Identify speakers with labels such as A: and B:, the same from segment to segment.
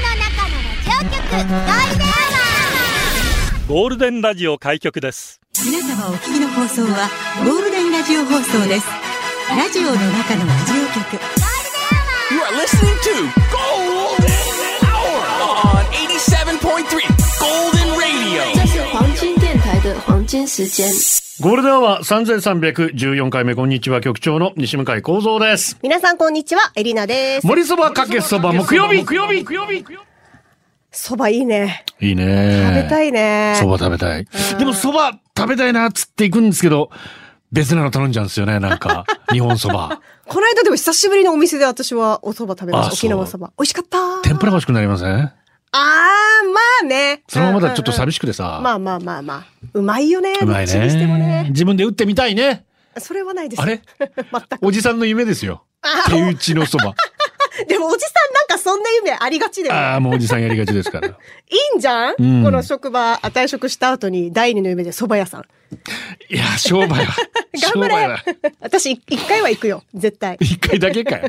A: ラジオの中のラジオ局ゴールデンア
B: ゴールデンラジオ開局です
C: 皆様お聞きの放送はゴールデンラジオ放送です。ラジオの中のラジオ局。
D: You are listening to Golden Hour on 87.3 Golden Radio.
E: 这是黄金电台的黄金时间。
F: ゴールデンは3314回目、こんにちは、局長の西向井幸三です。
G: 皆さんこんにちは、エリナです。
F: 森そばかけそば、木曜日木曜日
G: そばいいね。
F: いいね
G: 食べたいね。
F: そば食べたい。でもそば食べたいなっつって行くんですけど、別なの頼んじゃうんですよね、なん か。日本そば。
G: この間でも久しぶりのお店で私はお蕎麦食べました。
F: あそう
G: 沖縄そば。美味しかった。
F: 天ぷらが欲しくなりません
G: あー、まあね。
F: それはまだちょっと寂
G: しい。
F: しくてさ。
G: まあまあまあまあ。うまいよね。
F: うまい
G: どっちにしても
F: ね。
G: ね。
F: 自分で打ってみたいね。
G: それはないです。
F: あ れ
G: 全
F: おじさんの夢ですよ。手打ちのそ ば。
G: く。でもおじさんなんかそんな夢ありがちだよね。
F: ああ、もうおじさんやりがち ですから。
G: いいんじゃん、
F: うん
G: この職場、あ退職した後に第二の夢で蕎麦屋さん。
F: いや、商売は。
G: 頑張れ私、一回は行くよ。絶対。
F: 一回だけかよ。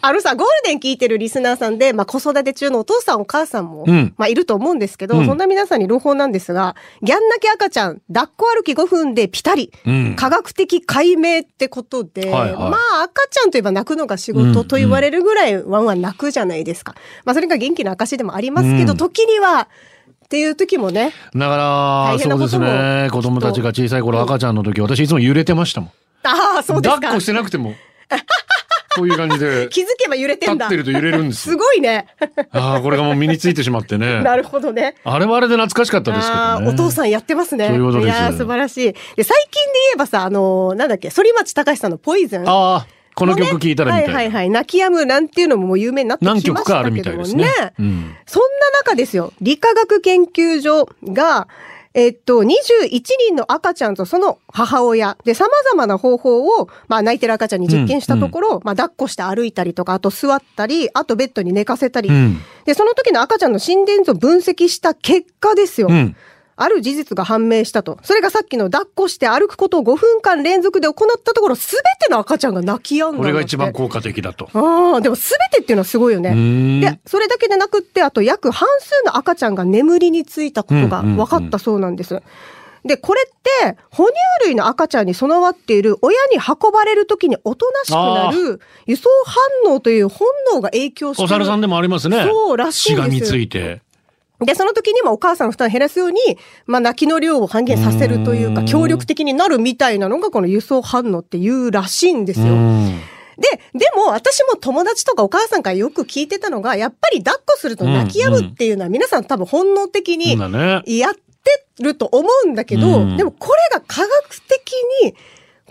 G: あのさ、ゴールデン聞いてるリスナーさんで、まあ、子育て中のお父さんお母さんも、
F: うん
G: まあ、いると思うんですけど、
F: うん
G: そんな皆さんに朗報なんですが、ギャン泣き赤ちゃん、抱っこ歩き5分でピタリ、
F: うん
G: 科学的解明ってことで、
F: はいはい
G: まあ、赤ちゃんといえば泣くのが仕
F: うんう
G: 事
F: ん
G: と言われるぐらいワンワン泣くじゃないですか。まあ、それが元気な証でもありますけど、
F: うん
G: 時には、っていう時もね、
F: だから、
G: 大
F: そ
G: 変な
F: うで
G: こ
F: す
G: とも
F: ね。子供たちが小さい頃、赤ちゃんの時、私いつも揺れてましたもん。
G: ああ、そうです
F: 抱っ
G: か
F: こし。てなくても、こういう感じで、
G: 気づけば揺れて
F: 立
G: んだ。
F: ってると揺れるんです
G: す
F: よ。
G: ごいね。
F: ああ、これがもう身についてしまってね。
G: なるほどね。
F: あれはあれで懐かしかったですけ
G: あ
F: どね。
G: ーお父さんやってますね。
F: そういうことです
G: やー素晴らしい。で、最近で言えばさ、あのーなんだっけ、反町隆史さんのポイズン。もね、
F: ああ、この曲聴いたらみたいな。
G: はいはいはい。泣き止むなんていうのももう有名になってきま
F: 何
G: したけども
F: 曲
G: ね。
F: かあるみたいですね。うん
G: そんな中ですよ、理化学研究所が、えっと、21人の赤ちゃんとその母親で様々な方法を、まあ泣いてる赤ちゃんに実験したところ、まあ抱っこして歩いたりとか、あと座ったり、あとベッドに寝かせたり、
F: うん。
G: で、その時の赤ちゃんの心電図を分析した結果ですよ。
F: うん。
G: ある事実が判明したと。それがさっきの抱っこして歩くことを5分間連続で行ったところ、すべての赤ちゃんが泣き止んだんだって。
F: これが一番効果的だと。
G: ああ、でもすべてっていうのはすごいよ
F: う
G: ね。
F: ーん
G: で、それだけでなくって、あと約半数の赤ちゃんが眠りについたことが分かったそうなんです。で、これって、哺乳類の赤ちゃんに備わっている、親に運ばれるときにおとなしくなる、輸送反応という本能が影響して
F: お
G: る。
F: 猿さんでもありますね。
G: そうらしい
F: し
G: です
F: がみついて。
G: で、その時にもお母さんの負担を減らすように、まあ、泣きの量を半減させるという
F: う
G: か、
F: ん
G: 協力的になるみたいなのが、この輸送反応っていうらしいんです
F: う
G: よ。
F: ん。
G: で、でも私も友達とかお母さんからよく聞いてたのが、やっぱり抱っこすると泣き止むっていうのは、皆さん多分本能的
F: そう
G: に
F: だね。
G: やってると思うんだけど、
F: うん
G: でもこれが科学的に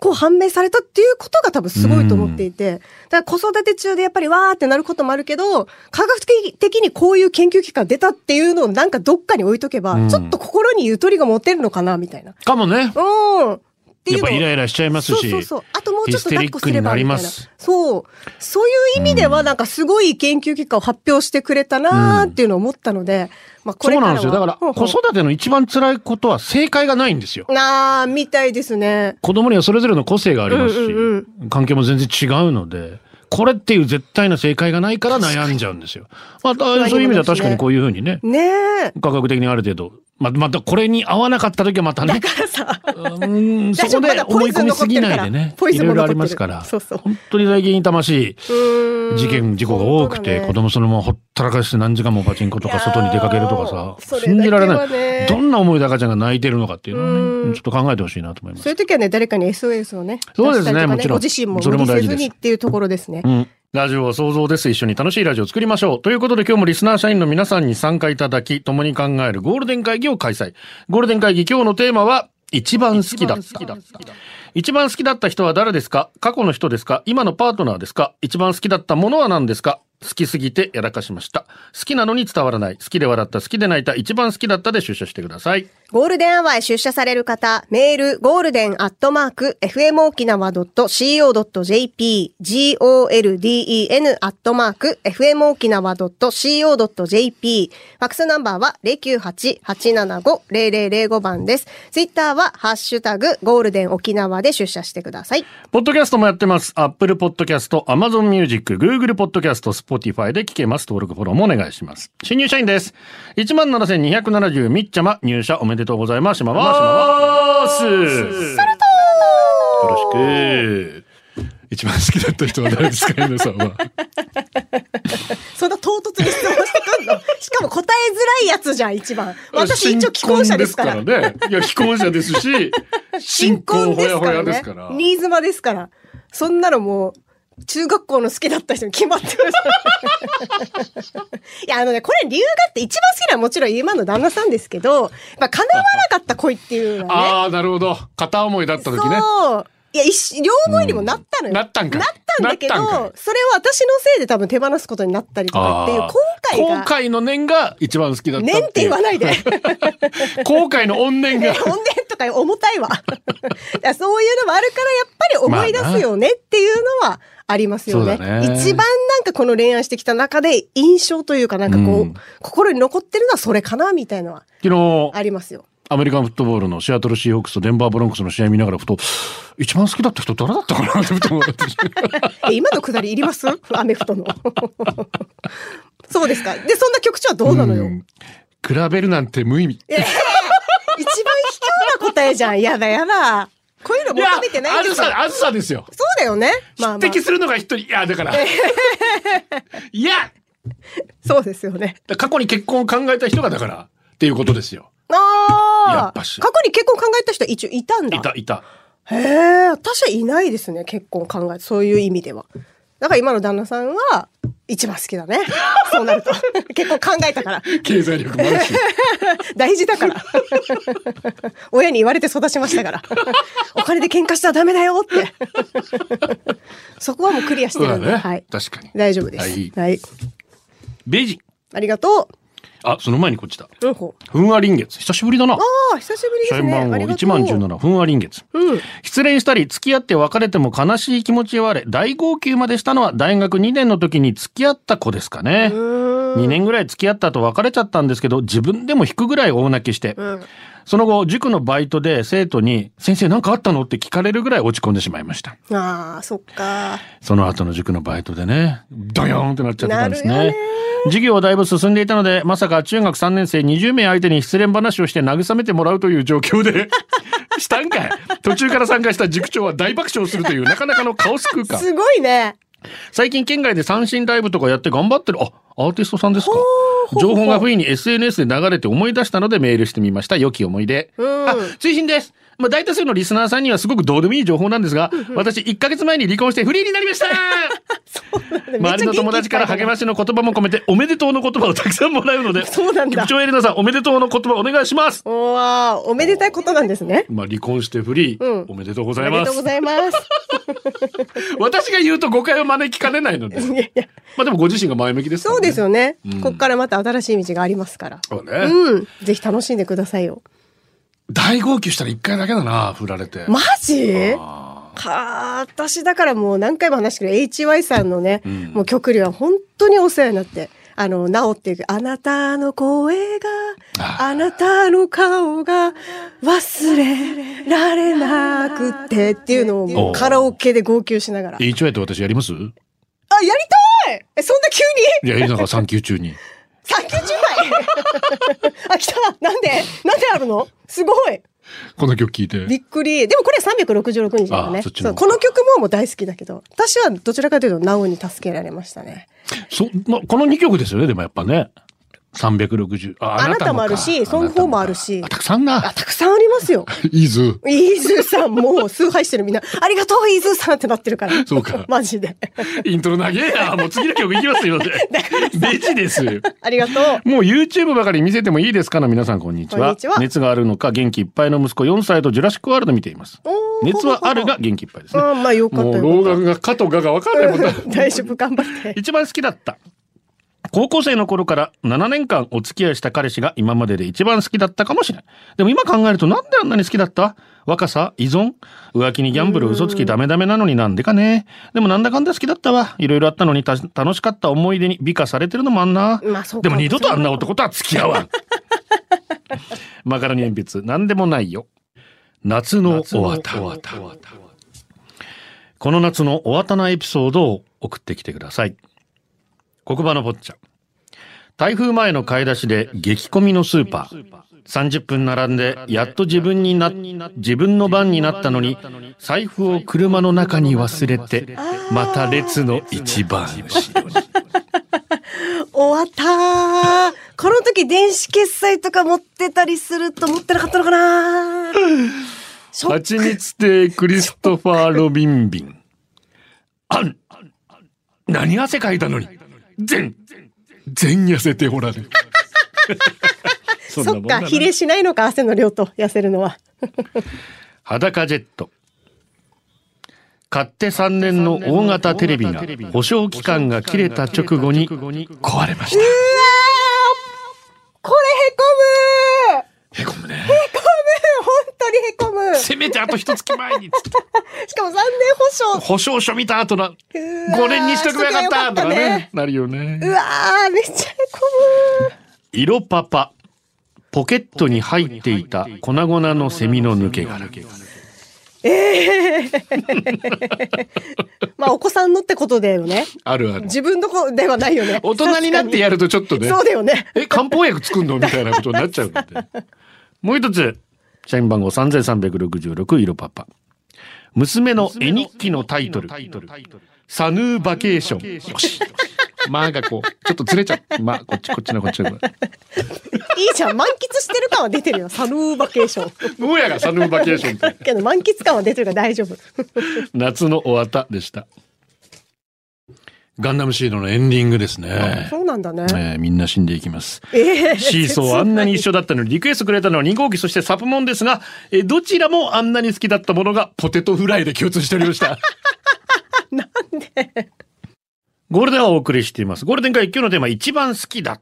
G: こう判明されたっていうことが多分すごいと思っていて、だから子育て中でやっぱりわーってなることもあるけど、科学的にこういう研究機関出たっていうのをなんかどっかに置いとけば、
F: うん
G: ちょっと心にゆとりが持てるのかな、みたいな。
F: かもね。
G: うん。って
F: や
G: い
F: っ
G: うの
F: ぱイライラしちゃいますし。
G: そうそうそう。あともうちょっと抱っこす
F: ヒステリッ
G: れば
F: クになり
G: みた
F: ま
G: いな
F: す。
G: そう。そういう意味では、なんかすごい研究結果を発表してくれたなーっていうのを思ったので、まあこれ
F: そう
G: から
F: なんで
G: は
F: すよ。だから、
G: ほう
F: 子
G: ほう
F: 育ての一番辛いことは正解がないんですよ。
G: なあ、みたいですね。
F: 子供にはそれぞれの個性がありますし、
G: うんうん
F: 環境も全然違うので、これっていう絶対な正解がないから悩んじゃうんですよ。まあ、
G: に
F: そういう意味では確かにこういうふうにね、
G: ねえ。
F: 科学的にある程度、まあ、またこれに合わなかった時はまたね
G: だ、からさ、
F: うんそこ
G: 大丈夫
F: で
G: まだポ
F: 思い
G: イズ
F: 込
G: ン
F: み
G: 残
F: す
G: っ
F: ぎ
G: てる
F: な
G: か
F: い
G: ら
F: でね、
G: ポイ
F: い
G: ズン
F: ろ
G: も
F: いろあ
G: 残ってる
F: りますから、
G: そうそう
F: 本当に最近痛まし
G: うーん
F: い事件、事故が多くて、
G: そうだね
F: 子供そのままほったらかして何時間もパチンコとか外に出かけるとか
G: いや
F: さ、
G: ー
F: 信じられない
G: そ。れだけは
F: ど
G: ね
F: んな思いで赤ちゃんが泣いてるのかっていうのを
G: う
F: ね、
G: ん
F: ちょっと考えてほしいなと思いま
G: そうい
F: す。
G: う時はね、誰かに SOS をね、
F: そうですね
G: 出したりとか
F: もちろん
G: ご自身も
F: それも
G: 無理
F: 大
G: せ
F: 事で
G: ず
F: す
G: にっていうところですね
F: う。ん。ラジオは想像です。一緒に楽しいラジオを作りましょう。ということで今日もリスナー社員の皆さんに参加いただき、共に考えるゴールデン会議を開催。ゴールデン会議今日のテーマは、一番好きだった。一番好きだった人は誰ですか過去の人ですか今のパートナーですか一番好きだったものは何ですか好きすぎてやらかしました。好きなのに伝わらない。好きで笑った、好きで泣いた、一番好きだったで出社してください。
G: ゴールデンアワーへ出社される方、メール、ゴールデンアットマーク、fmokinawa.co.jp、golden アットマーク、fmokinawa.co.jp、ファックスナンバーは098-875-0005番です。ツイッターは、ハッシュタグ、ゴールデン沖縄で出社してください。
F: ポッドキャストもやってます。Apple Podcast、Amazon Music、Google Podcast、Spotify で聞けます。登録フォローもお願いします。新入社員です。17,270みっちゃま、入社おめでとうございます。しまわーしまわーす。よろしく。一番好きだった人は誰ですか、皆さんは。
G: そんな唐突に質問してくんのしかも答えづらいやつじゃん、一番。 私一応既婚者ですから。
F: 新婚ですからね。いや、既婚者です し、新婚ほやほやですから。
G: 新妻ですから。そんなのもう、中学校の好きだった人に決まってました。 いや、あのね、これ理由があって、一番好きなのはもちろん今の旦那さんですけど、まあ、叶わなかった恋っていうのはね。
F: ああ、なるほど。片思いだった時ね。
G: そう。いや、一両思いにもなったのよ。
F: なったんかい
G: なったんだけど、そ
F: な
G: れ
F: ったん
G: を
F: かい
G: 私のせいで多分手放すことになったりとかっていう後悔が。
F: 後悔の念が一番好きだった
G: ねんって言わないで。
F: 後悔の怨念
G: え
F: が
G: ー 本年とか重た いわ。だからそういうのもあるからやっぱり思い出すよねっていうのはありますよね。
F: そうだね
G: 一番なんかこの恋愛してきた中で印象というかなんかこう、
F: うん
G: 心に残ってるのはそれかなみたいなのは
F: 昨日
G: ありますよ。
F: アメリカンフットボールのシアトルシーホークスとデンバーブロンクスの試合見ながらふと一番好きだった人誰だったかなってふと思って
G: え今のくだりいります アメフトの。そうですか。で、そんな曲調はどうなのよ。
F: ん比べるなんて無意味
G: えー一番卑怯な答えじゃん。やだやだ。こういうの
F: いや
G: 求めてない
F: あ
G: で
F: ず
G: すよ。
F: さあずさですよ
G: そうだよね。まあまあ
F: 指摘。するのが一人いやだから いや
G: そうですよね。
F: 過去に結婚を考えた人がだからっていうことですよや
G: ああ
F: っ
G: 過
F: ぱ
G: 去
F: し
G: に結婚考えた人は一応いたんだ。
F: いたいた
G: へえ、私はいないですね、結婚考え、そういう意味では。だから今の旦那さんは、一番好きだね。そうなると。 結婚考えたから。
F: 経済力もある し
G: 大事だから。 親に言われて育ちましたから。お金で喧嘩したらダメだよって。 そこはもうクリアし
F: そ
G: て
F: う
G: る
F: だ
G: んで。
F: ね、
G: はい。
F: 確かに
G: 大丈夫です。
F: はい
G: はい。
F: ベジ
G: ありがと
F: あその前にこっちだ
G: う。うんこ
F: ふんわりん月久しぶりだな
G: ああ、久しぶりで
F: 社
G: す
F: 員
G: ね。
F: 番
G: あ
F: 号
G: りがと
F: 1
G: う
F: 万17ふんわりん月
G: うん。
F: 失恋したり付き合って別れても悲しい気持ちはあれ大号泣までしたのは大学2年の時に付き合った子ですかね2年ぐらい付き合った後別れちゃったんですけど自分でも引くぐらい大泣きして、その後塾のバイトで生徒に「先生何かあったの?」って聞かれるぐらい落ち込んでしまいました
G: ああ、そっか。
F: その後の塾のバイトでねドヨーンってなっちゃってたんです
G: なるよ
F: ね
G: ね
F: 授業はだいぶ進んでいたのでまさか中学3年生20名相手に失恋話をして慰めてもらうという状況で したんかい途中から参加した塾長は大爆笑するというなかなかのカオス空間
G: すごいね。
F: 最近県外で三振ライブとかやって頑張ってるあアーティストさんですか情報が不意に SNS で流れて思い出したのでメールしてみました良き思い出、
G: ん
F: あ追伸ですまあ、大多数のリスナーさんにはすごくどうでもいい情報なんですが、私1ヶ月前に離婚してフリーになりました周りの友達から励ま
G: し
F: しの言葉も込めておめでとうの言葉をたくさんもらうので
G: そうなんだ
F: 局長エレナさんおめでとうの言葉お願いします
G: おわーおめでたいことなんですね。
F: まあ離婚してフリー、
G: うん
F: おめでとうご
G: お
F: ざい
G: めで
F: ま
G: と
F: す
G: うございます。
F: 私が言うと誤解を招きかねないので
G: いやいや
F: まあでもご自身が前向きですから
G: そう
F: ね
G: ですよね。
F: うん
G: こっからまた新しい道がありますから。
F: そうね、
G: うん。ぜひ楽しんでくださいよ。
F: 大号泣したら一回だけだな振られて、
G: マジ
F: あ
G: はあ、私だからもう何回も話してくる HY さんのね、
F: うん
G: もう曲には本当にお世話になって、あの、なおっていう、あなたの声が、
F: あ
G: あなたの顔が忘れられなくてっていうのをもうカラオケで号泣しながら。あ、
F: ー
G: や
F: HY と私やりますい
G: りたいえ、そんな急に
F: やエリナが産休中に
G: 産休中杯 あ、来たなんでなんであるのすごい
F: この曲聴いて
G: びっくり。でもこれ366日だよね。
F: あそっちの
G: そうこの曲ももう大好きだけど、私はどちらかというと、ナオに助けられましたね。
F: そ、まあ、この2曲ですよねでもやっぱね360あ
G: あなたも
F: か
G: あるし、その方もあるし
F: あなたもかあたくさんな
G: あ、たくさんありますよ。
F: いいぞ
G: イーズーさんもう崇拝してるみんな、ありがとうイーズーさんってなってるから。
F: そうか
G: マジで。
F: イントロ長えなもう次の曲いきますよベジですよ
G: ありがとう。
F: もう YouTube ばかり見せてもいいですかの皆さんこんにちは
G: こんにちは
F: 熱があるのか元気いっぱいの息子4歳とジュラシックワールド見ています
G: おー
F: 熱はあるが。元気いっぱいですね
G: あまあよかった
F: もう
G: よ
F: 老
G: か
F: 眼がか
G: っ
F: とがが分かんないもんだ
G: た。大丈夫、頑張って。
F: 一番好きだった高校生の頃から7年間お付き合いした彼氏が今までで一番好きだったかもしれない。でも今考えるとなんであんなに好きだった若さ依存浮気にギャンブル嘘つきダメダメなのになんでかね。でもなんだかんだ好きだったわ。いろいろあったのにた楽しかった思い出に美化されてるのもあんな。
G: まあそうか
F: でも二度とあんな男とは付き合わ ん。マカロニ鉛筆なんでもないよ。夏の終わった。この夏の終わたなエピソードを送ってきてください。黒場の坊ちゃん。台風前の買い出しで激混みのスーパー。30分並んで、やっと自分にな、自分の番になったのに、財布を車の中に忘れて、また列の一番後ろに。
G: 終わったーこの時電子決済とか持ってたりすると持ってなかったのかなショック
F: 蜂蜜亭クリストファー・ロビンビン。あん、何汗かいたのに、全、全痩せておられる。そんな
G: そ
F: も
G: っ
F: んだ
G: か、
F: な
G: 比例しないのか、汗の量と痩せるのは。
F: 裸ジェット買って3年の大型テレビが保証期間が切れた直後に壊れまし
G: これへこむ
F: たへこむね
G: へこむ本当にへこむし
F: せめてあと一月前につって
G: かも3年保証。
F: 保証書見た後な
G: うわー
F: 5年にしとけばよかったとか
G: しとけばよか
F: ね
G: ったね
F: なるよ
G: う
F: ね
G: わー、めっちゃへこむ
F: 色パパポケットに入っていた粉々のセミの抜け殻
G: まあ、お子さんのってことだよね。
F: あるある
G: 自分のこではないよね。
F: 大人になってやるとちょっとね
G: そうだよね。
F: え漢方薬作んのみたいなことになっちゃうん でもう一つ社員番号3366色パパ娘の絵日記のタイトル「サヌーバケーション」よしまあがこうちょっとずれちゃうまあこっちこっちのこっちの
G: いいじゃん。満喫してる感は出てるよ。サルーバケーション。
F: 坊やがサヌーバケーションって
G: けど、満喫感は出てるから大丈夫。
F: 夏の終わったでしたガンダムシードのエンディングですね
G: そうなんだね。
F: えーみんな死んでいきます。
G: ええ
F: シーソーあんなに一緒だったのにリクエストくれたのは2号機そしてサプモンですが、えーどちらもあんなに好きだったものがポテトフライで共通しておりました。
G: なんで
F: ゴールデンはお送りしています。ゴールデン会今日のテーマ一番好きだった。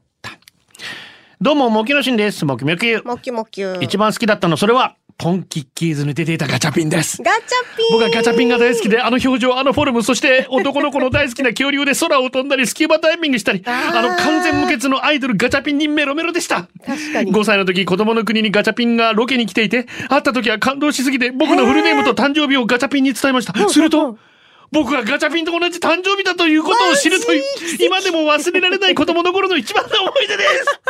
F: どうも、モキノシンです。モキモキ。
G: もきもきゅー
F: 一番好きだったのそれは、ポンキッキーズに出ていたガチャピンです。
G: ガチャピン
F: 僕はガチャピンが大好きで、あの表情、あのフォルム、そして男の子の大好きな恐竜で空を飛んだり、スキューバダイビングしたり、あの完全無欠のアイドルガチャピンにメロメロでした。
G: 確かに
F: 5歳の時、子供の国にガチャピンがロケに来ていて、会った時は感動しすぎて、僕のフルネームと誕生日をガチャピンに伝えま した。すると、僕はガチャピンと同じ誕生日だということを知ると いう、今でも忘れられない子供の頃の一番の思い出です。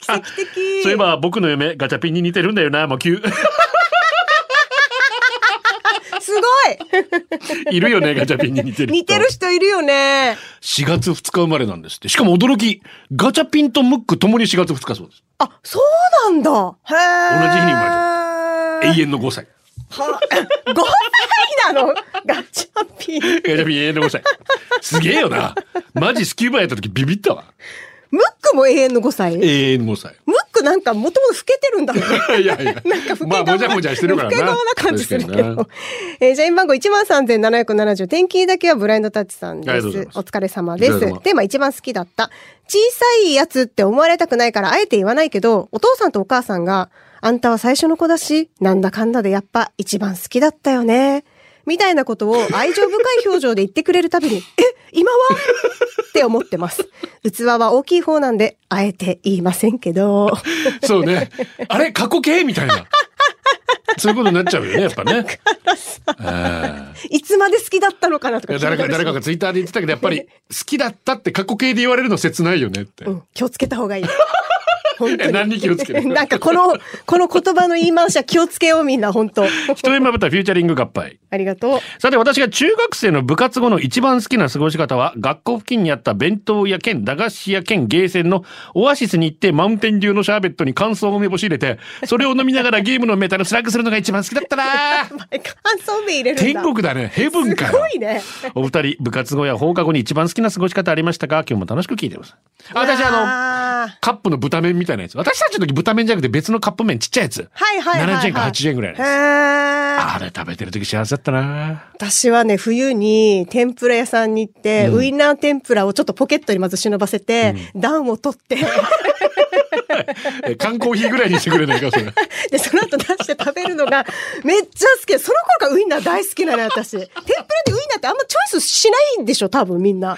G: 奇跡的
F: そういえば僕の嫁、ガチャピンに似てるんだよな、もう 急。
G: すごい
F: いるよね、ガチャピンに似 てる人。
G: 似てる人いるよね
F: 4月2日生まれなんですって。しかも驚き、ガチャピンとムックともに4月2日そうです。
G: あそうなんだへえ
F: 同じ日に生
G: ま
F: 永遠の5歳。
G: 5歳なのガチャピンムッ
F: ガチャピン永遠の5歳。すげえよな。マジスキューバやった時ビビったわ。
G: クも永遠の5歳ムッ
F: 永遠の5歳。
G: クなんかもともと老けてるんだね
F: いやい や。まあ、もじゃもじゃしてるからな。
G: 老け顔な感じするけ
F: 確かにな
G: ど。えー、社員番号13,770。天気だけはブラインドタッチさん
F: あり
G: で
F: が
G: す。
F: とうございます
G: お疲れ様で
F: お疲
G: す。
F: れ様
G: テーマ一番好きだった。小さいやつって思われたくないから、あえて言わないけど、お父さんとお母さんが、あんたは最初の子だし、なんだかんだでやっぱ一番好きだったよね。みたいなことを愛情深い表情で言ってくれるたびに、え、 今はって思ってます。器は大きい方なんで、あえて言いませんけど。
F: そうね。あれ、過去形みたいな。そういうことになっちゃうよね、やっぱね。え
G: いつまで好きだったのかなと
F: えい
G: か
F: や
G: 気
F: 誰
G: になるし
F: か、誰かがツイッターで言ってたけど、やっぱり、好きだったって過去形で言われるの切ないよねって。
G: うん、気をつけた 方がいい。本当
F: え
G: に。
F: 何に気をつける
G: なんかこの、この言葉の言い回しは気をつけようみんな、本当
F: 一目まぶたフューチャリング合杯。
G: ありがとう。
F: さて私が中学生の部活後の一番好きな過ごし方は学校付近にあった弁当屋兼駄菓子屋兼ゲーセンのオアシスに行ってマウンテン流のシャーベットに乾燥を梅干し入れてそれを飲みながらゲームのメタルスラッグするのが一番好きだったな
G: 感想名入れるん
F: 天
G: だ。
F: 国だねヘブンか
G: す
F: よ
G: ごいね。
F: お二人部活後や放課後に一番好きな過ごし方ありましたか今日も楽しく聞いてますあ私あの
G: あ
F: カップの豚麺みたいなやつ。私たちの時豚麺じゃなくて別のカップ麺ちっちゃいやつ。
G: はいはいはい、はい。
F: 70円か80円ぐらいの
G: へ
F: やつ
G: ー
F: あれ食べてる時幸せだったな
G: 私はね、冬に天ぷら屋さんに行って、ウインナー天ぷらをちょっとポケットにまず忍ばせて、暖を取って、
F: え缶コーヒーぐらいにしてくれないか、そ れ。
G: で、その後出して食べるのがめっちゃ好き。その頃からウインナー大好きなのよ、私。天ぷらでウインナーってあんまチョイスしないんでしょ、多分みんな。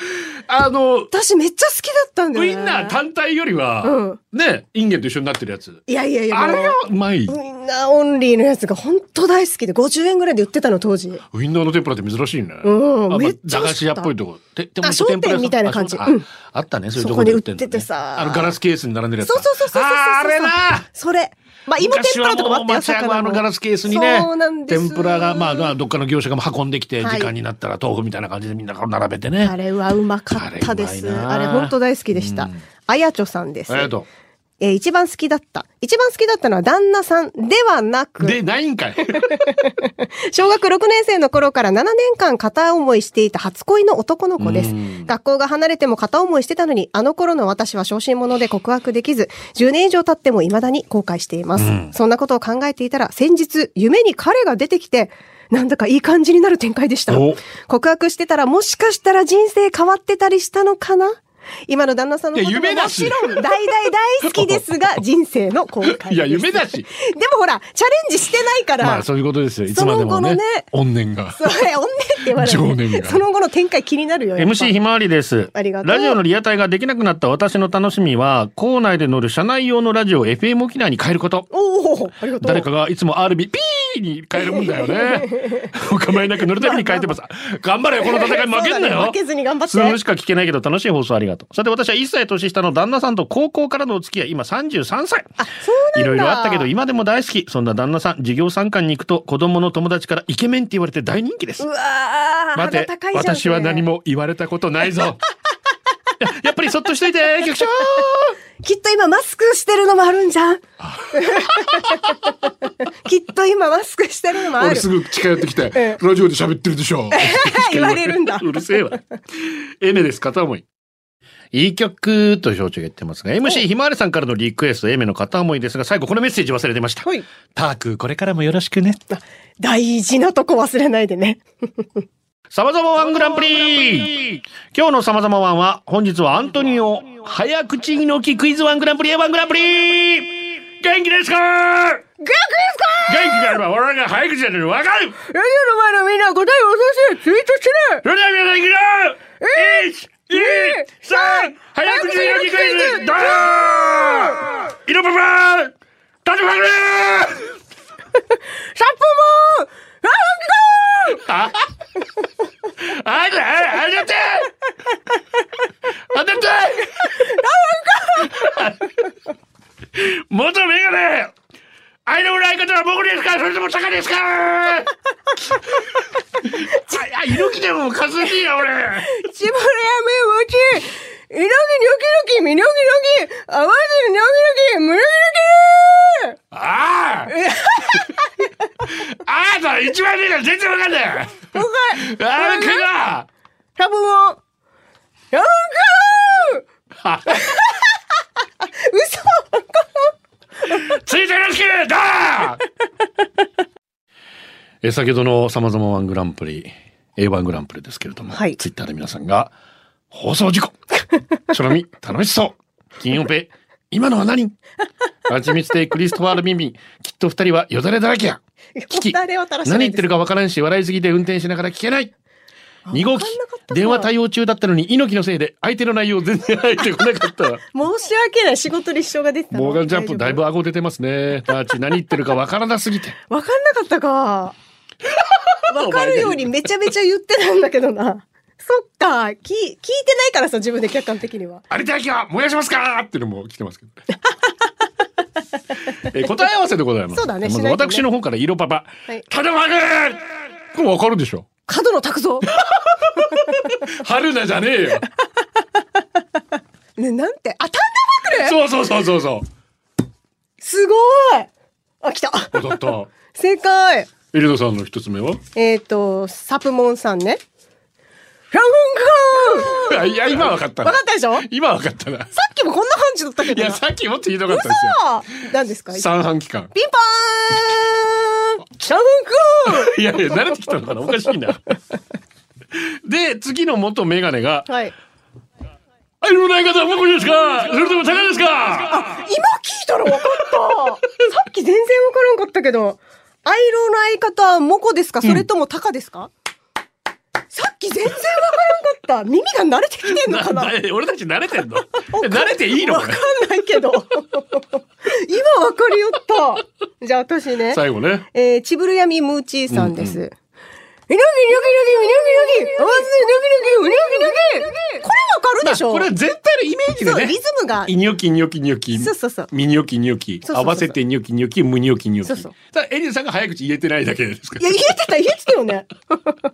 F: あの、
G: 私めっちゃ好きだったんだよ
F: ウ
G: ね、
F: インナー単体よりは、ね、インゲンと一緒になってるやつ。
G: いやいやいや、
F: あれが
G: も
F: うまい。
G: うウインナーオンリーのやつが本当大好きで、50円ぐらいで売ってたの、当時。
F: ウインナーの天ぷらって珍しいね。
G: うん
F: あまあ
G: めっち
F: 駄
G: ゃ美
F: 菓
G: 味
F: 子
G: しか
F: 屋
G: っ
F: ったぽいとこ。てでも
G: あ商店みたいな感じ
F: あそう
G: うん
F: ああったね、そういうとこで売ってんのね
G: そこに売っててさ
F: あのガラスケースに並んでるやつ
G: そう
F: だ。
G: そうそうそうそうそう
F: あーあれな
G: それ。まあ、芋天ぷらとかもあったよ、
F: 昔はもう町屋のあのガラスケースに
G: そうなん
F: ね、
G: です
F: 天ぷらが、まあまあ、どっかの業者が運んできて、
G: はい
F: 時間になったら豆腐みたいな感じでみんなこう並べてね。
G: あれはうまかったです。
F: あれうまいな
G: あれ本当大好きでした。あやちょさんです。
F: ありがと
G: えー一番好きだった。一番好きだったのは旦那さんではな
F: う。
G: く、
F: で、ないんかい。
G: 小学6年生の頃から7年間片思いしていた初恋の男の子です。学校が離れても片思いしてたのに、あの頃の私は小心者で告白できず、10年以上経っても未だに後悔しています。そんなことを考えていたら、先日、夢に彼が出てきて、なんだかいい感じになる展開でした
F: お。
G: 告白してたら、もしかしたら人生変わってたりしたのかな今の旦那さんのこと
F: いや
G: も
F: 夢だ
G: も
F: し
G: ちろん大大大好きです が、人生の後悔です。
F: いや、夢だし。
G: でもほら、チャレンジしてないから。
F: まあ、そういうことですよ。いつまでも
G: その後の
F: ね
G: ね。
F: 怨念が。
G: それ、おんねって言われ
F: 情念
G: る。
F: が
G: その後の展開気になるよ。やっぱ
F: MC ひまわりです。
G: ありがとう
F: ラジオのリアタイができなくなった私の楽しみは、校内で乗る車内用のラジオを FM 沖縄に変えること。
G: おお、ありがとう。
F: 誰かがいつも RB ピーに変えるもんだよ ね。お構いなく乗るたびに変えてます。頑張れよ、この戦い負けんな
G: そうだ
F: よ。
G: ね負けずに頑張って
F: 数分しか聞けないけど楽しい放送ありがとう。さて私は1歳年下の旦那さんと高校からのお付き合い、今33歳。
G: そうなんだ
F: いろいろあったけど、今でも大好き。そんな旦那さん、授業参観に行くと子供の友達からイケメンって言われて大人気です
G: う。わ ー、
F: 待
G: 鼻
F: て
G: 高い、じゃん。
F: 私は何
G: も。
F: も言われたことないぞ。い ややっぱりそっとしといて、局長
G: きっと今マスクしてるのもあるんじゃ ん。きっと今マスクしてるのもある。
F: ぐ近寄ってきて、
G: え
F: ラジオで喋ってるでしょ。
G: 言われるんだ。
F: うるせえわ。エネです、片思い。いい曲と表長が言ってますが、MC ひまわりさんからのリクエスト、エメの片思いですが、最後このメッセージ忘れてました。
G: はい
F: ターク、これからもよろしくね。
G: 大事なとこ忘れないでね。
F: サマザマワングランプリ今日のサマザマワンは、本日はアントニオ、早口のきクイズワングランプリへワングランプリ元気ですか元気ですか元気があれば、俺が早口なのにわかる
G: ラジオの前のみんな答えを教えてツイートしてね
F: それでは皆さん行くよ一、二、三早口のきクイズどうぞイノパパ立てまくれ
G: シャップもーラ
F: ああれあれ当たって当たって元メガネ愛の裏相方は僕ですかそれとも坂ですかあ、あ猪木でもかすんでいいよ俺
G: 千葉の闇うちいのぎにょきのきみのぎのき合わせるにょきのきむのぎのき
F: あああなた一番目が全然わかんないあ
G: もう一回
F: あけが
G: 多分もう4
F: あ
G: 嘘
F: ついてよろしくだ え先ほどの「さまざまワングランプリ」A1 グランプリですけれども、
G: はい
F: ツイッターで皆さんが「放送事故」「チョロミ楽しそう」「金オペ」「今のは何?」「はちみつでクリストワール・ミミ」「きっと二人はよだれだらけや」聞き
G: よだれを垂らしてな
F: 何
G: い
F: 言ってるか分からんし笑いすぎて運転しながら聞けない2号機
G: 分かんなかったか
F: 電話対応中だったのに猪木のせいで相手の内容全然入ってこな かったわ
G: 申し訳ない仕事に支障が出てたの
F: モーガンジャンプだいぶ
G: わ
F: 顎出てますねターチ何言ってるか分からなすぎて
G: かんなかったかわかるようにめちゃめちゃ言ってたんだけどなそっかき聞いてないからさ自分で客観的には
F: 有田明は燃やしますかっていうのも来てますけど。え ー答え合わせでございます。
G: そうだね
F: ま
G: し
F: ず
G: ないとね
F: 私の方から色パパ。
G: はい
F: ただまぐこれわかるでしょ。
G: 角野拓造
F: 春菜じゃねえよ。
G: ねなんてあタンダーバックル
F: そうそうそうそうそ
G: すごいあ来た
F: う。踊った。
G: 正解
F: エリドさんの一つ目は
G: えっ、と、サプモンさんね。ラ
F: いや、今分かった
G: 分
F: な
G: か。ったでしょさ
F: 今分かったな。
G: っきもこんな感じだったけ
F: い
G: どな
F: や、さっきもっとひどかったです
G: 嘘何ですか
F: よ。
G: ピン
F: 三半期間。
G: ポーンチャンフンくん
F: いやいや、慣れてきたのかなおかしいな。で、次の元メガネが、
G: はい。
F: 愛のない方は僕ですかそれとも高いですか
G: 今聞いたら分 かった。さっき全然分からんかったけど、アイロンの相方はモコですかそれともタカですか、さっき全然分からんかった。耳が慣れてき てんのかな
F: なな俺たち慣れて んの慣れていいのこ
G: 分か
F: れ
G: んないけど。 今分かりよった。じゃあ私ね。
F: 最後ね。
G: えー、ちぶるやみむーちーさんです。うにょぎにょぎにょぎにょぎにょぎあわせにょぎにょぎうにょぎにょぎこれわかるでしょ
F: これ全体のイメージで
G: そう、
F: ね
G: リ。ズムが。
F: いにょきにょきにょき。
G: そうそうそう。
F: みにょきにょき
G: そうそうそう。そう
F: 合わせてにょきにょき、むにょきにょき。
G: そうそう
F: ただ、エリンさんが早口言えてないだけですか
G: いや、言えてた、言えてたよね。 これはなん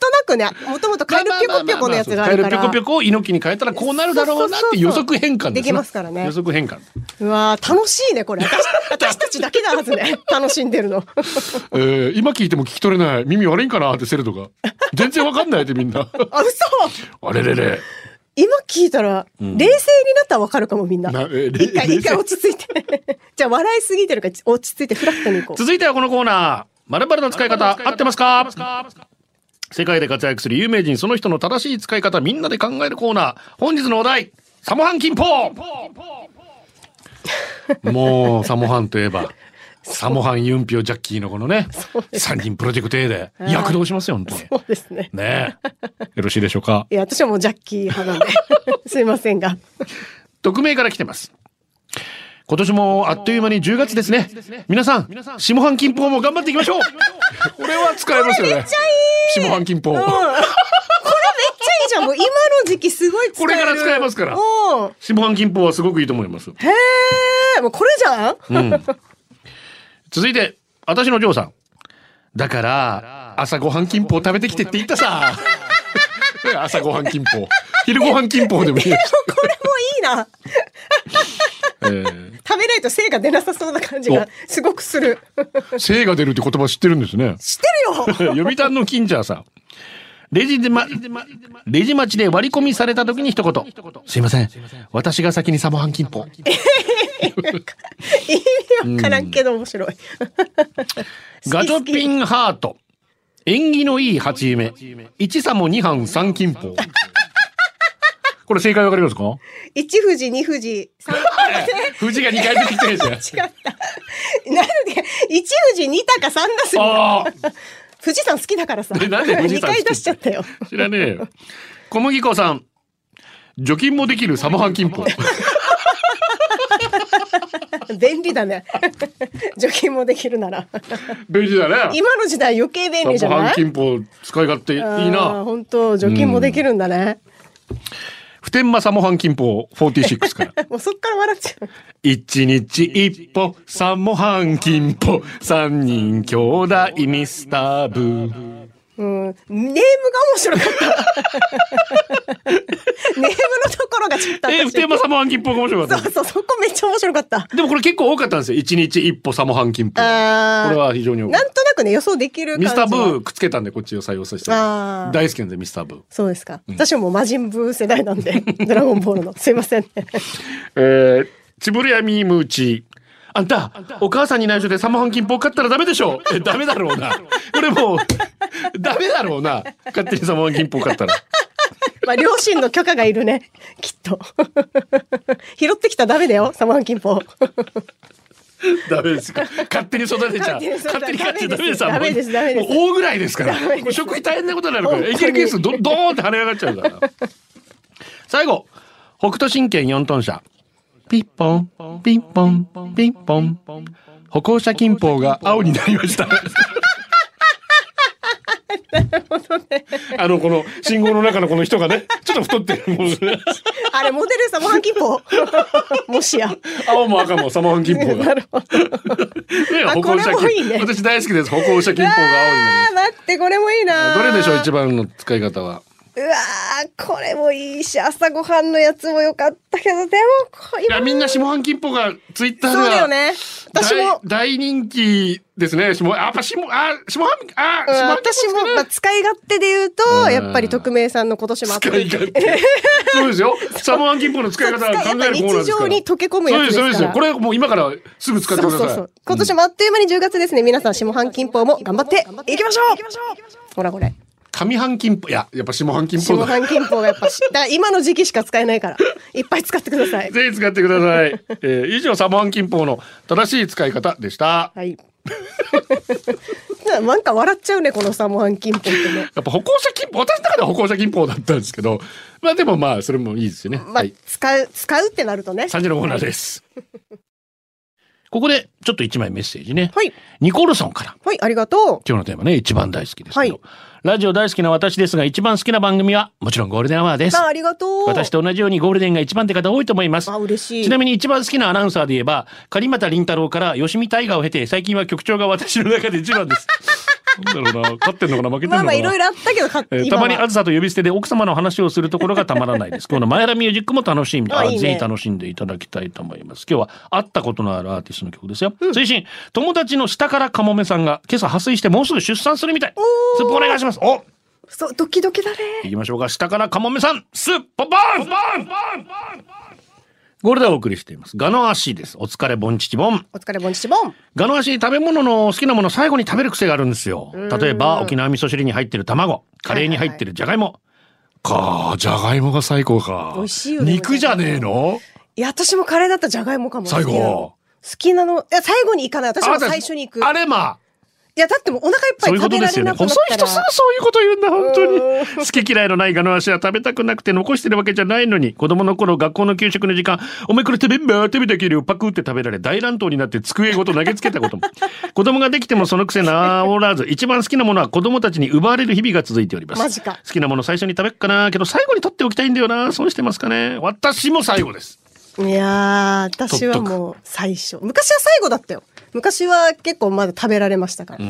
G: となくね、もともとカエルピョコピョコのやつがある
F: カ
G: か
F: エルピョコピョ
G: ら。
F: コを猪木に変えたらこうなるだろうなって予測変換ですね
G: できますからね
F: 予測変換。
G: うわー楽しいね、これ。私私たちだけなはずね。楽しんでるの。
F: えー、今聞いても聞き取れない。耳悪いんかなってセルとか。全然わかんないってみんな。
G: あ、嘘
F: あれれれ。
G: 今聞いたら、冷静になったらわかるかも、みんな。
F: なえーれ
G: 一回、一回落ち着いて。 じゃあ、笑いすぎてるから、落ち着いてフラットに行こう。
F: 続いてはこのコーナー。まるまるの使い方、合ってますか世界で活躍する有名人、その人の正しい使い方、みんなで考えるコーナー。本日のお題、サモハン金ポ もう、サモハンといえば、サモハン、ユンピョ、ジャッキーのこのね、三人プロジェクト A で
G: うん
F: 躍動しますよ、本当に。
G: そうですね。
F: ねえ。よろしいでしょうか。
G: いや、私はもうジャッキー派な んで。すいませんが。
F: 匿名から来てます。今年もあっという間に10月ですね。皆さん、下半金法も頑張っていきましょう これは使えますよね。下半金法。
G: うん。これめっちゃいいじゃん。もう今の時期すごい使える。
F: これから使えますから
G: うん。
F: 下半金法はすごくいいと思います。
G: へえ、もうこれじゃん
F: うん、続いて、私のジョーさん。だから、朝ごはん金法食べてきてって言ったさ。 朝ごはん金法。昼ごはん金法でもいいです。
G: これもいいな。
F: えー
G: 食べないと精が出なさそうな感じがすごくする。
F: 精が出るって言葉知ってるんですね。
G: 知ってるよ。
F: 読谷の金ちゃんさん。レジでま、レジ待ちで割り込みされた時に一言。すいません。私が先にサモハン金法。
G: 意味わからんけど面白い。
F: ガチョピンハート。縁起のいい八夢。一サモ二班三金法。 これ正解わかりますか
G: 一富士、二富士、三
F: 富士が二回出てきてる じゃん。
G: 違った。なんで、一富士、二鷹、三だす
F: あ
G: 富士山好きだからさ。
F: えなんで富士山好き
G: 二回出しちゃったよ。
F: あ知らねえよ。小麦粉さん。除菌もできるサモハン金 法。
G: 便利だね。除菌もできるなら。
F: 便利だね。
G: 今の時代余計便利じ
F: サ
G: ゃ
F: モ
G: な
F: ハン
G: い
F: 金法使い勝手いい
G: あー
F: な。
G: 本当除菌もできるんだね。
F: 普天間サモハン金法46から。
G: もうそっから笑っちゃう。
F: 一日一歩、三も半金歩、三人兄弟ミスターブー。
G: うん、ネームが面白 かった。ネームのところがちょっと私
F: えー、普天間サモハン金歩が面白かっ
G: そうそう、そこめっちゃ面白かった。
F: た。でもこれ結構多かったんですよ。一日一歩、サモハン金歩。これ
G: あー
F: は非常に多か
G: な
F: っ
G: んとなくね、予想でき
F: た。
G: る感じ
F: ミスター
G: は
F: ブーくっつけたんでこっちを採用させて。
G: あー
F: 大好きなんでミスターブー。
G: そうですか。私はもう魔人ブー世代なんで、 ドラゴンボールの。すいません ね。
F: えー、ちぶりやみーむうち。あんた、お母さんに内緒でサモハン金歩買ったらダメでしょえ、ダメだろうな。これもう、ダメだろうな。勝手にサモハン金歩買ったら。
G: まあ、両親の許可がいるね。きっと。 拾ってきたらダメだよ、サマンキンポ。
F: ダメですか。勝手に育てちゃう。
G: 勝
F: 勝手
G: 手に
F: に
G: 育
F: 買っち
G: て
F: ゃ
G: ちゃ
F: ダ
G: う
F: メです。
G: ダメですダメで
F: も
G: す
F: う大ぐらいですから。
G: ダメです
F: もう食費大変なことになるから。
G: 本当に
F: エケルケースど、ドーンって跳ね上がっちゃうから。最後、北斗神拳四トン車。ピッポン、ピッポン、ピッポン。歩行者金峰が青になりました。あの、この信号の中のこの人がね、ちょっと太ってるもんね。
G: あれ、モデルサマハンキンポ。 もしや。
F: 青も赤もサマハン金峰
G: な
F: が。
G: るほど。
F: ね、
G: あ
F: 歩行者
G: これもいいね
F: 金。私大好きです。歩行者金峰が青になりました
G: ああ、待って、これもいいな。
F: どれでしょう一番の使い方は。
G: うわー、これもいいし、朝ごはんのやつもよかったけど、でも、こ
F: いや、みんな下半期っぽがツイッターで
G: そうだよ
F: は、
G: ね。私も
F: 大、大人気ですね。下、やっぱ下、あ、下半期、あ、
G: うん
F: 下半期
G: 私も、まあ、使い勝手で言うと、やっぱり匿名さんの今年もあった
F: 使い勝手。そうですよ。下半期っぽの使い方は考
G: や
F: えるコー
G: っぱ
F: ナーで
G: 日
F: すか
G: 常
F: ら。
G: に溶け込むや
F: そうで、
G: つですす
F: そう
G: か
F: です。
G: ら。
F: これもう今からすぐ使ってください。
G: そうそうそう。今年もあっという間に10月ですね。皆さん、下半期っぽも頑張っていきましょうほらこれ。
F: 上半期っぽいや、やっぱ下半期っぽ
G: 下
F: だ。
G: 半期っぽがやっぱし、だから今の時期しか使えないから、いっぱい使ってください。
F: ぜひ使ってください。えー以上、サモハン金法の正しい使い方でした。
G: はい。 なんか笑っちゃうね、この下半期っぽってね。
F: やっぱ歩行者金法、私の中では歩行者金法だったんですけど、まあでもまあ、それもいいですよね。
G: ま
F: は
G: あ
F: い。、
G: 使う、使うってなるとね。
F: 3時のコーナーです。ここで、ちょっと一枚メッセージね。
G: はい。
F: ニコルソンから。
G: はい、ありがと
F: 今日のテーマね、一番大好きですけど。
G: はい
F: ラジオ大好きな私ですが、一番好きな番組は、もちろんゴールデンアワーで
G: う。
F: す。
G: あ、ありがとう。
F: 私と同じようにゴールデンが一番って方多いと思います
G: あ、。嬉しい。
F: ちなみに一番好きなアナウンサーで言えば、狩俣凛太郎から吉見大河を経て、最近は局長が私の中で一番 です。なんだろうな、勝ってんのかな、負けてんの
G: ま
F: か
G: あま
F: な。
G: あ、いろいろあったけど、買っ
F: えー
G: て。
F: たまに
G: 今は
F: あずさと呼び捨てで奥様の話をするところがたまら ないです。このマイラミュージックも楽しみ
G: あいいね
F: ぜひ楽しんでいただきたいと思います。今日は会ったことのあるアーティストの曲ですよ。推進、友達の下からかもめさんが今朝破水してもうすぐ出産するみたい。スープお願いします。お
G: そう、ドキドキだね。
F: 行きましょうか。下からかもめさん、スッポボンゴールデンをお送りしています。ガノアシです。お疲れボンチチボン。
G: お疲れ、ぼんちちぼん。
F: ガノアシ食べ物の好きなものを最後に食べる癖があるんですよ。例えば、沖縄味噌汁に入ってる卵、カレーに入ってるじゃがいも。かあ、じゃがいもが最高か。
G: 美味しいよね
F: 肉じゃねえの
G: いや、私もカレーだったらじゃがいもかも。
F: 最
G: 好きなの
F: 後。。
G: 好きなの、いや、最後に行かない。私も最初に行く。
F: あれまあ。
G: いや、だってもうお腹いっぱ
F: そうい
G: い
F: うこと
G: 食べ
F: で
G: ら
F: す
G: れ
F: よね。
G: なくな
F: 細
G: っ
F: い
G: た
F: 人
G: ら。
F: すぐそういうこと言うんだ、本当に
G: う。
F: 好き嫌いのないガの足は食べたくなくて残してるわけじゃないのに、子供の頃学校の給食の時間、お前これ食べんば、食べたけりをパクって食べられ大乱闘になって机ごと投げつけたこと も。子供ができてもそのくせ治らず、一番好きなものは子供たちに奪われる日々が続いております。
G: マジか
F: 好きなもの最初に食べっかな、けど最後に取っておきたいんだよな、損してますかね。私も最後です。
G: いやー、私はもう最初。昔は最後だったよ。昔は結構まだ食べられましたから。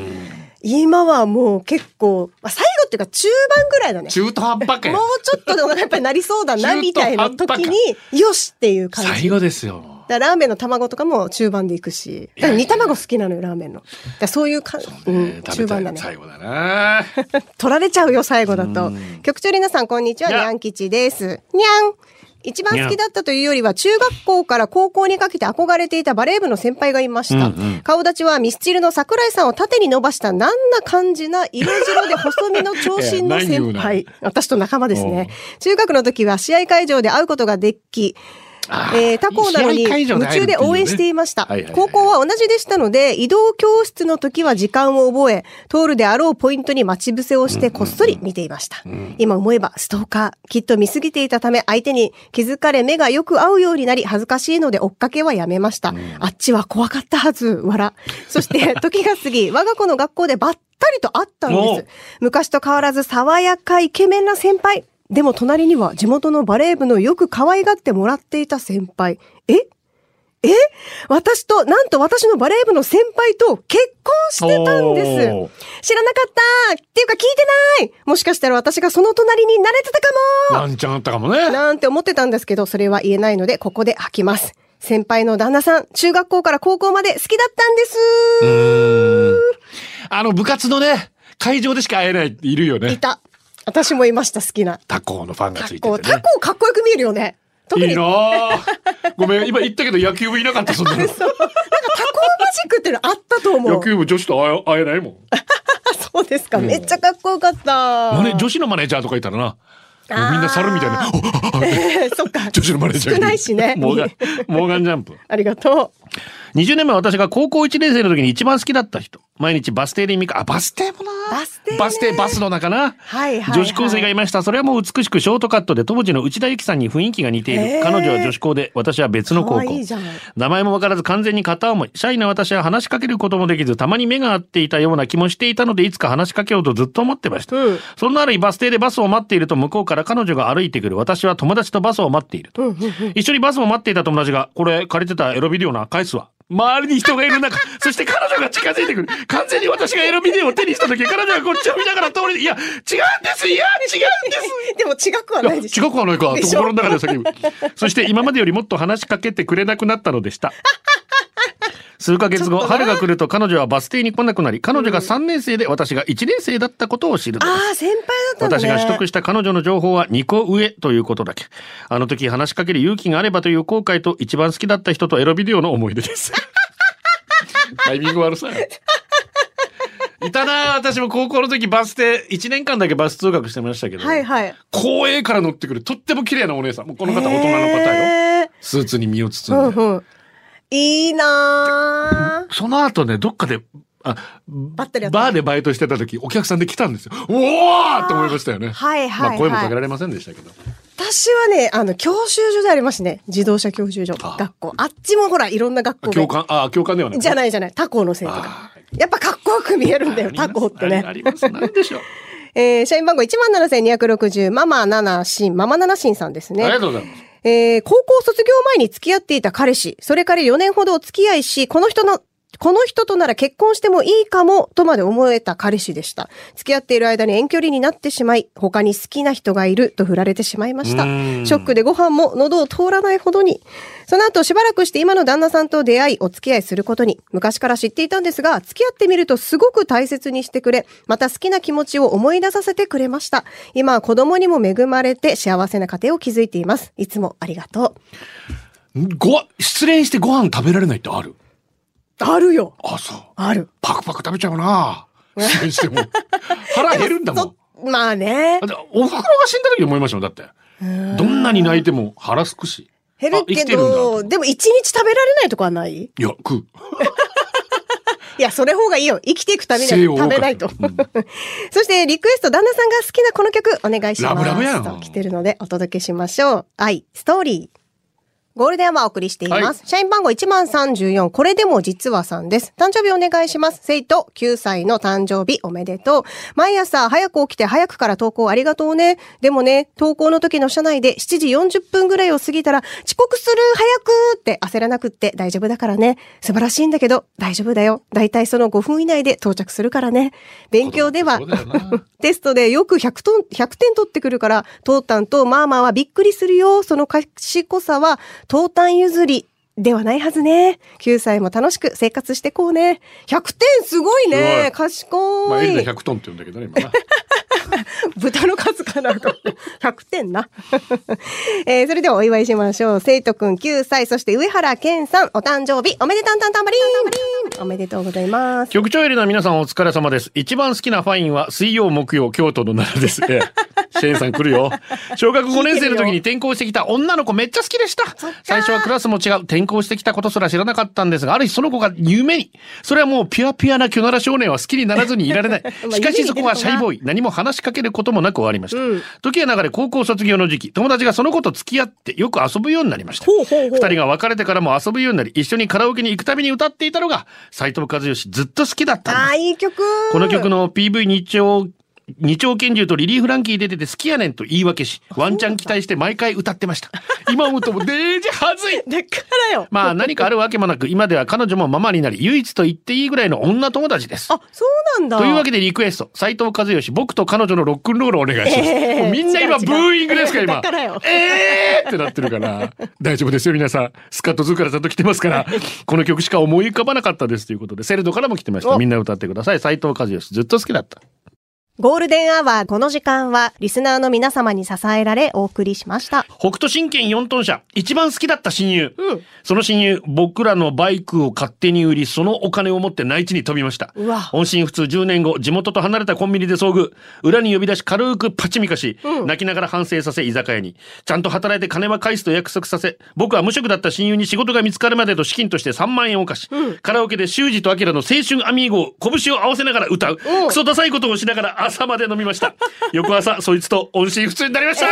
G: 今はもう結構、まあ、最後っていうか中盤ぐらいだね。
F: 中途半端か
G: も
F: よ。
G: うちょっとでお腹いっぱいになりそうだな、
F: 中途
G: みたいな時に、よしっていう感
F: 最
G: じ。
F: 後ですよ。
G: だからラーメンの卵とかも中盤でいくし。だから煮卵好きなのよ、ラーメンの。だからそういうか、うん、
F: 食べた
G: 中盤
F: い
G: だね。
F: 最後だな。
G: 取られちゃうよ、最後だと。局長皆さん、こんにちは。
F: に
G: に
F: ゃん
G: ゃん吉です。にゃん一番好きだったというよりは、中学校から高校にかけて憧れていたバレー部の先輩がいました。顔立ちはミスチルの桜井さんを縦に伸ばした、なんな感じな色白で細身の長身の
F: いや何言う
G: 先
F: な
G: 輩。私と仲間ですね。中学の時は試合会場で会うことができ、えー他校なのに
F: 試合会場で
G: 夢
F: 会えるって
G: 中
F: い
G: で
F: うね
G: 応援していました
F: はいはいはい。
G: 高校は同じでしたので、移動教室の時は時間を覚え、通るであろうポイントに待ち伏せをしてこっそり見ていました。今思えばストーカー、きっと見すぎていたため相手に気づかれ目がよく合うようになり恥ずかしいので追っかけはやめました。あっちは怖かったはず、笑。そして時が過ぎ、我が子の学校でばったりと会ったん
F: お
G: で
F: う
G: す。昔と変わらず爽やかイケメンな先輩。でも隣には地元のバレー部のよく可愛がってもらっていた先輩。ええ私と、なんと私のバレー部の先輩と結婚してたん
F: おー
G: です。知らなかったっていうか聞いてないもしかしたら私がその隣に慣れてたかも
F: なんちゃんあったかもね。
G: なんて思ってたんですけど、それは言えないので、ここで吐きます。先輩の旦那さん、中学校から高校まで好きだったんです。
F: あの部活のね、会場でしか会えないっているよ
G: い
F: ね。
G: た。私もいました、好きな。
F: 他校のファンがつ
G: タ
F: いて
G: コ、
F: て
G: タ
F: ね。
G: コかっこよく見えるよね。特
F: い
G: に。
F: いなあごめん、今言ったけど野球部いなかった、そんなの。
G: そう。なんかタコマジックっていうのあったと思
F: 野
G: う。
F: 球部女子と会え会えないもん。
G: あそうですか。めっちゃかっこよかった。
F: マネ女子のマネージャーとかいたらな。もうみんな猿みたいな。
G: あ
F: おああ
G: え ーそっか。
F: 女子のマネージャーる。
G: 少ないしね。
F: モーガン、モーガンジャンプ。
G: ありがとう。
F: 20年前私が高校1年生の時に一番好きだった人。毎日バス停で見か、あ、バス停もな。
G: バス停ね
F: バス停、バスの中な。
G: はいはい、はい。
F: 女子高生がいました。それはもう美しくショートカットで当時の内田有紀さんに雰囲気が似ている。
G: へー
F: 彼女は女子校で、私は別の高校。
G: 可愛いじゃん
F: 名前もわからず完全に片思い。シャイな私は話しかけることもできず、たまに目が合っていたような気もしていたので、いつか話しかけようとずっと思ってました。
G: うん
F: そんなある日バス停でバスを待っていると向こうから彼女が歩いてくる。私 は友達とバスを待っていると。一緒にバスを待っていた友達が、これ借りてたエロビデオな、返すわ。周りに人がいる中、 そして彼女が近づいてくる。完全に私がエロビデオを手にした時、彼女がこっちを見ながら通り、いや、違うんですいや、違うんです
G: でも違くはい
F: や
G: ないでしょ。
F: 違くはないか
G: でしょ
F: 心の中で叫ぶ そして今までよりもっと話しかけてくれなくなったのでした 数ヶ月後春が来ると彼女はバス停に来なくなり彼女が3年生で私が1年生だったことを知るのです
G: ああ、先輩だったんだ、
F: 私
G: ね。
F: が取得した彼女の情報は2個上ということだけあの時話しかける勇気があればという後悔と一番好きだった人とエロビデオの思い出です タイミング悪さいたなあ私も高校の時バス停1年間だけバス通学してましたけど、
G: はいはい。
F: 公園から乗ってくるとっても綺麗なお姉さんもうこの方大人の方よ、
G: へー
F: スーツに身を包んで、
G: うんうん。いいなー
F: その後ねどっかであ
G: ったりやった
F: バーでバイトしてた時お客さんで来たんですよおおって思いましたよね
G: はいはい、
F: ま
G: は
F: あ
G: い。
F: 声もかけられませんでしたけど、
G: 私はね、あの、教習所でありますね。自動車教習所。
F: あ
G: 学校。あっちもほら、いろんな学校
F: あ
G: が
F: 教官あ教官ではない
G: じゃ
F: い
G: ないじゃない。他校の生徒が
F: あ。
G: やっぱかっこよく見えるんだよ、他校ってね
F: あ。りますありますなんでしょう
G: えー、社員番号17,260、ママ7シン、ママ7シンさんです
F: あり
G: ね
F: が。とうございます
G: えー、高校卒業前に付き合っていた彼氏、それから4年ほどお付き合いし、この人のこの人となら結婚してもいいかもとまで思えた彼氏でした。付き合っている間に遠距離になってしまい、他に好きな人がいると振られてしまいました。
F: う
G: シ
F: ーん
G: ョックでご飯も喉を通らないほどに。その後しばらくして今の旦那さんと出会い、お付き合いすることに。昔から知っていたんですが、付き合ってみるとすごく大切にしてくれ、また好きな気持ちを思い出させてくれました。今は子供にも恵まれて幸せな家庭を築いています。いつもありがとう。
F: ご失恋してご飯食べられないってある
G: あるよ
F: あそう
G: ある。
F: パクパク食べちゃうな失恋しても腹減るんだもん
G: そまあね
F: だ。ってお袋が死んだ時に思いましたもんだってどんなに泣いても腹すくし
G: 減る
F: あ生
G: け
F: きてるんだと
G: ど、でも一日食べられないとかはない
F: いや食う
G: いや、それ方がいいよ。生きていくためには
F: 西洋
G: 食べないと。
F: うん
G: そして、リクエスト、旦那さんが好きなこの曲、お願いしま
F: ラ
G: す。
F: ブラブやん
G: と来てるので、お届けしましょう。愛、ストーリー。ゴールデンはお送りしています。社員番号1万34、これでも実はさんです。誕生日お願いします。生徒、9歳の誕生日おめでとう。毎朝早く起きて早くから投稿ありがとうね。でもね、投稿の時の社内で7時40分ぐらいを過ぎたら、遅刻する早くって焦らなくって大丈夫だからね。素晴らしいんだけど、大丈夫だよ。だいたいその5分以内で到着するからね。 勉強では、
F: そうだよな
G: テストでよく100トン、100点取ってくるから、トータンとマーマーはびっくりするよ。その賢さは、トータン譲りではないはずね。9歳も楽しく生活してこうね。100点すごいね。賢い。
F: まあエリナ100トンって言うんだけどね今な
G: 豚の数かなと。100点な。 えーそれではお祝いしましょう。生徒くん9歳、そして上原健さん、お誕生日、おめでたんたんたんばりん。おめでとうございます。
F: 局長エリナ皆さんお疲れ様です。一番好きなファインは水曜木曜京都の奈良 です。ええシェーンさん来るよ。小学5年生の時に転校してきた女の子めっちゃ好きでした。最初はクラスも違う転校してきたことすら知らなかったんですが、ある日その子が夢に。それはもうピュアピュアなキョナラ少年は好きにならずにいられ ない。
G: あ
F: しかしそこはシャイボーイ。何も話しかけることもなく終わりました。時は流れ高校卒業の時期、友達がその子と付き合ってよく遊ぶようになりました。
G: ほうほうほう
F: 二人が別れてからも遊ぶようになり、一緒にカラオケに行くたびに歌っていたのが、斎藤和義ずっと好きだったんです
G: あ。あ、いい曲。
F: この曲の PV 日常、二丁拳銃とリリー・フランキー出てて好きやねんと言い訳し、ワンチャン期待して毎回歌ってました。今思うともうデージはずい
G: だからよ。
F: まあ何かあるわけもなく、今では彼女もママになり、唯一と言っていいぐらいの女友達です。
G: あ、そうなんだ。
F: というわけでリクエスト、斎藤和義、僕と彼女のロックンロールをお願いします。
G: ええ
F: もうみんな今
G: 違う違う
F: ブーイングですか、今。
G: だからよ
F: えーってなってるから。大丈夫ですよ、皆さん。スカットズーからちゃんと来てますから、この曲しか思い浮かばなかったですということで、セルドからも来てました。
G: お
F: みんな歌ってください。斎藤和義、ずっと好きだった。
G: ゴールデンアワー、この時間は、リスナーの皆様に支えられ、お送りしました。
F: 北斗神拳4トン車、一番好きだった親友。
G: うん
F: その親友、僕らのバイクを勝手に売り、そのお金を持って内地に飛びました。
G: うわ
F: 音信不通10年後、地元と離れたコンビニで遭遇。裏に呼び出し軽くパチミカし、泣きながら反省させ居酒屋に。ちゃんと働いて金は返すと約束させ、僕は無職だった親友に仕事が見つかるまでと資金として3万円を貸し、カラオケで修二と明の青春アミーゴを拳を合わせながら歌う。クソダサいことをしながら朝まで飲みました。翌朝、そいつと音信不通になりました。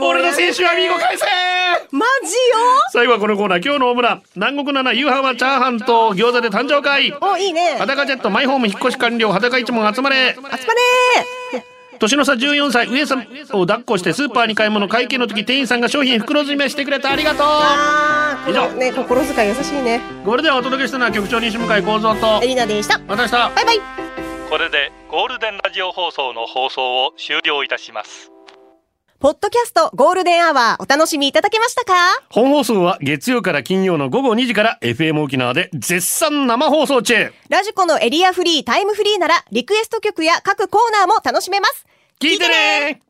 F: 俺の青春アミーゴ返せ
G: マジ
F: 最後はこのコーナー、今日のオムラン。南国7夕飯はチャーハンと餃子で誕生会。
G: よお、いいね。
F: 裸ジェットマイホーム引っ越し完了裸一門集まれ
G: 集まれー
F: 年の差14歳、上様を抱っこしてスーパーに買い物、会計の時店員さんが商品袋詰めしてくれた。ありがと
G: あーこのね心遣い優しいね
F: う。これではお届けしたのは局長西向井幸三と
G: エ、リナでした
F: また明日。
G: バイバイ
B: これでゴールデンラジオ放送の放送を終了いたします
G: ポッドキャストゴールデンアワーお楽しみいただけましたか
F: 本放送は月曜から金曜の午後2時から FM 沖縄で絶賛生放送中。
G: ラジコのエリアフリータイムフリーならリクエスト曲や各コーナーも楽しめます
F: 聞いてね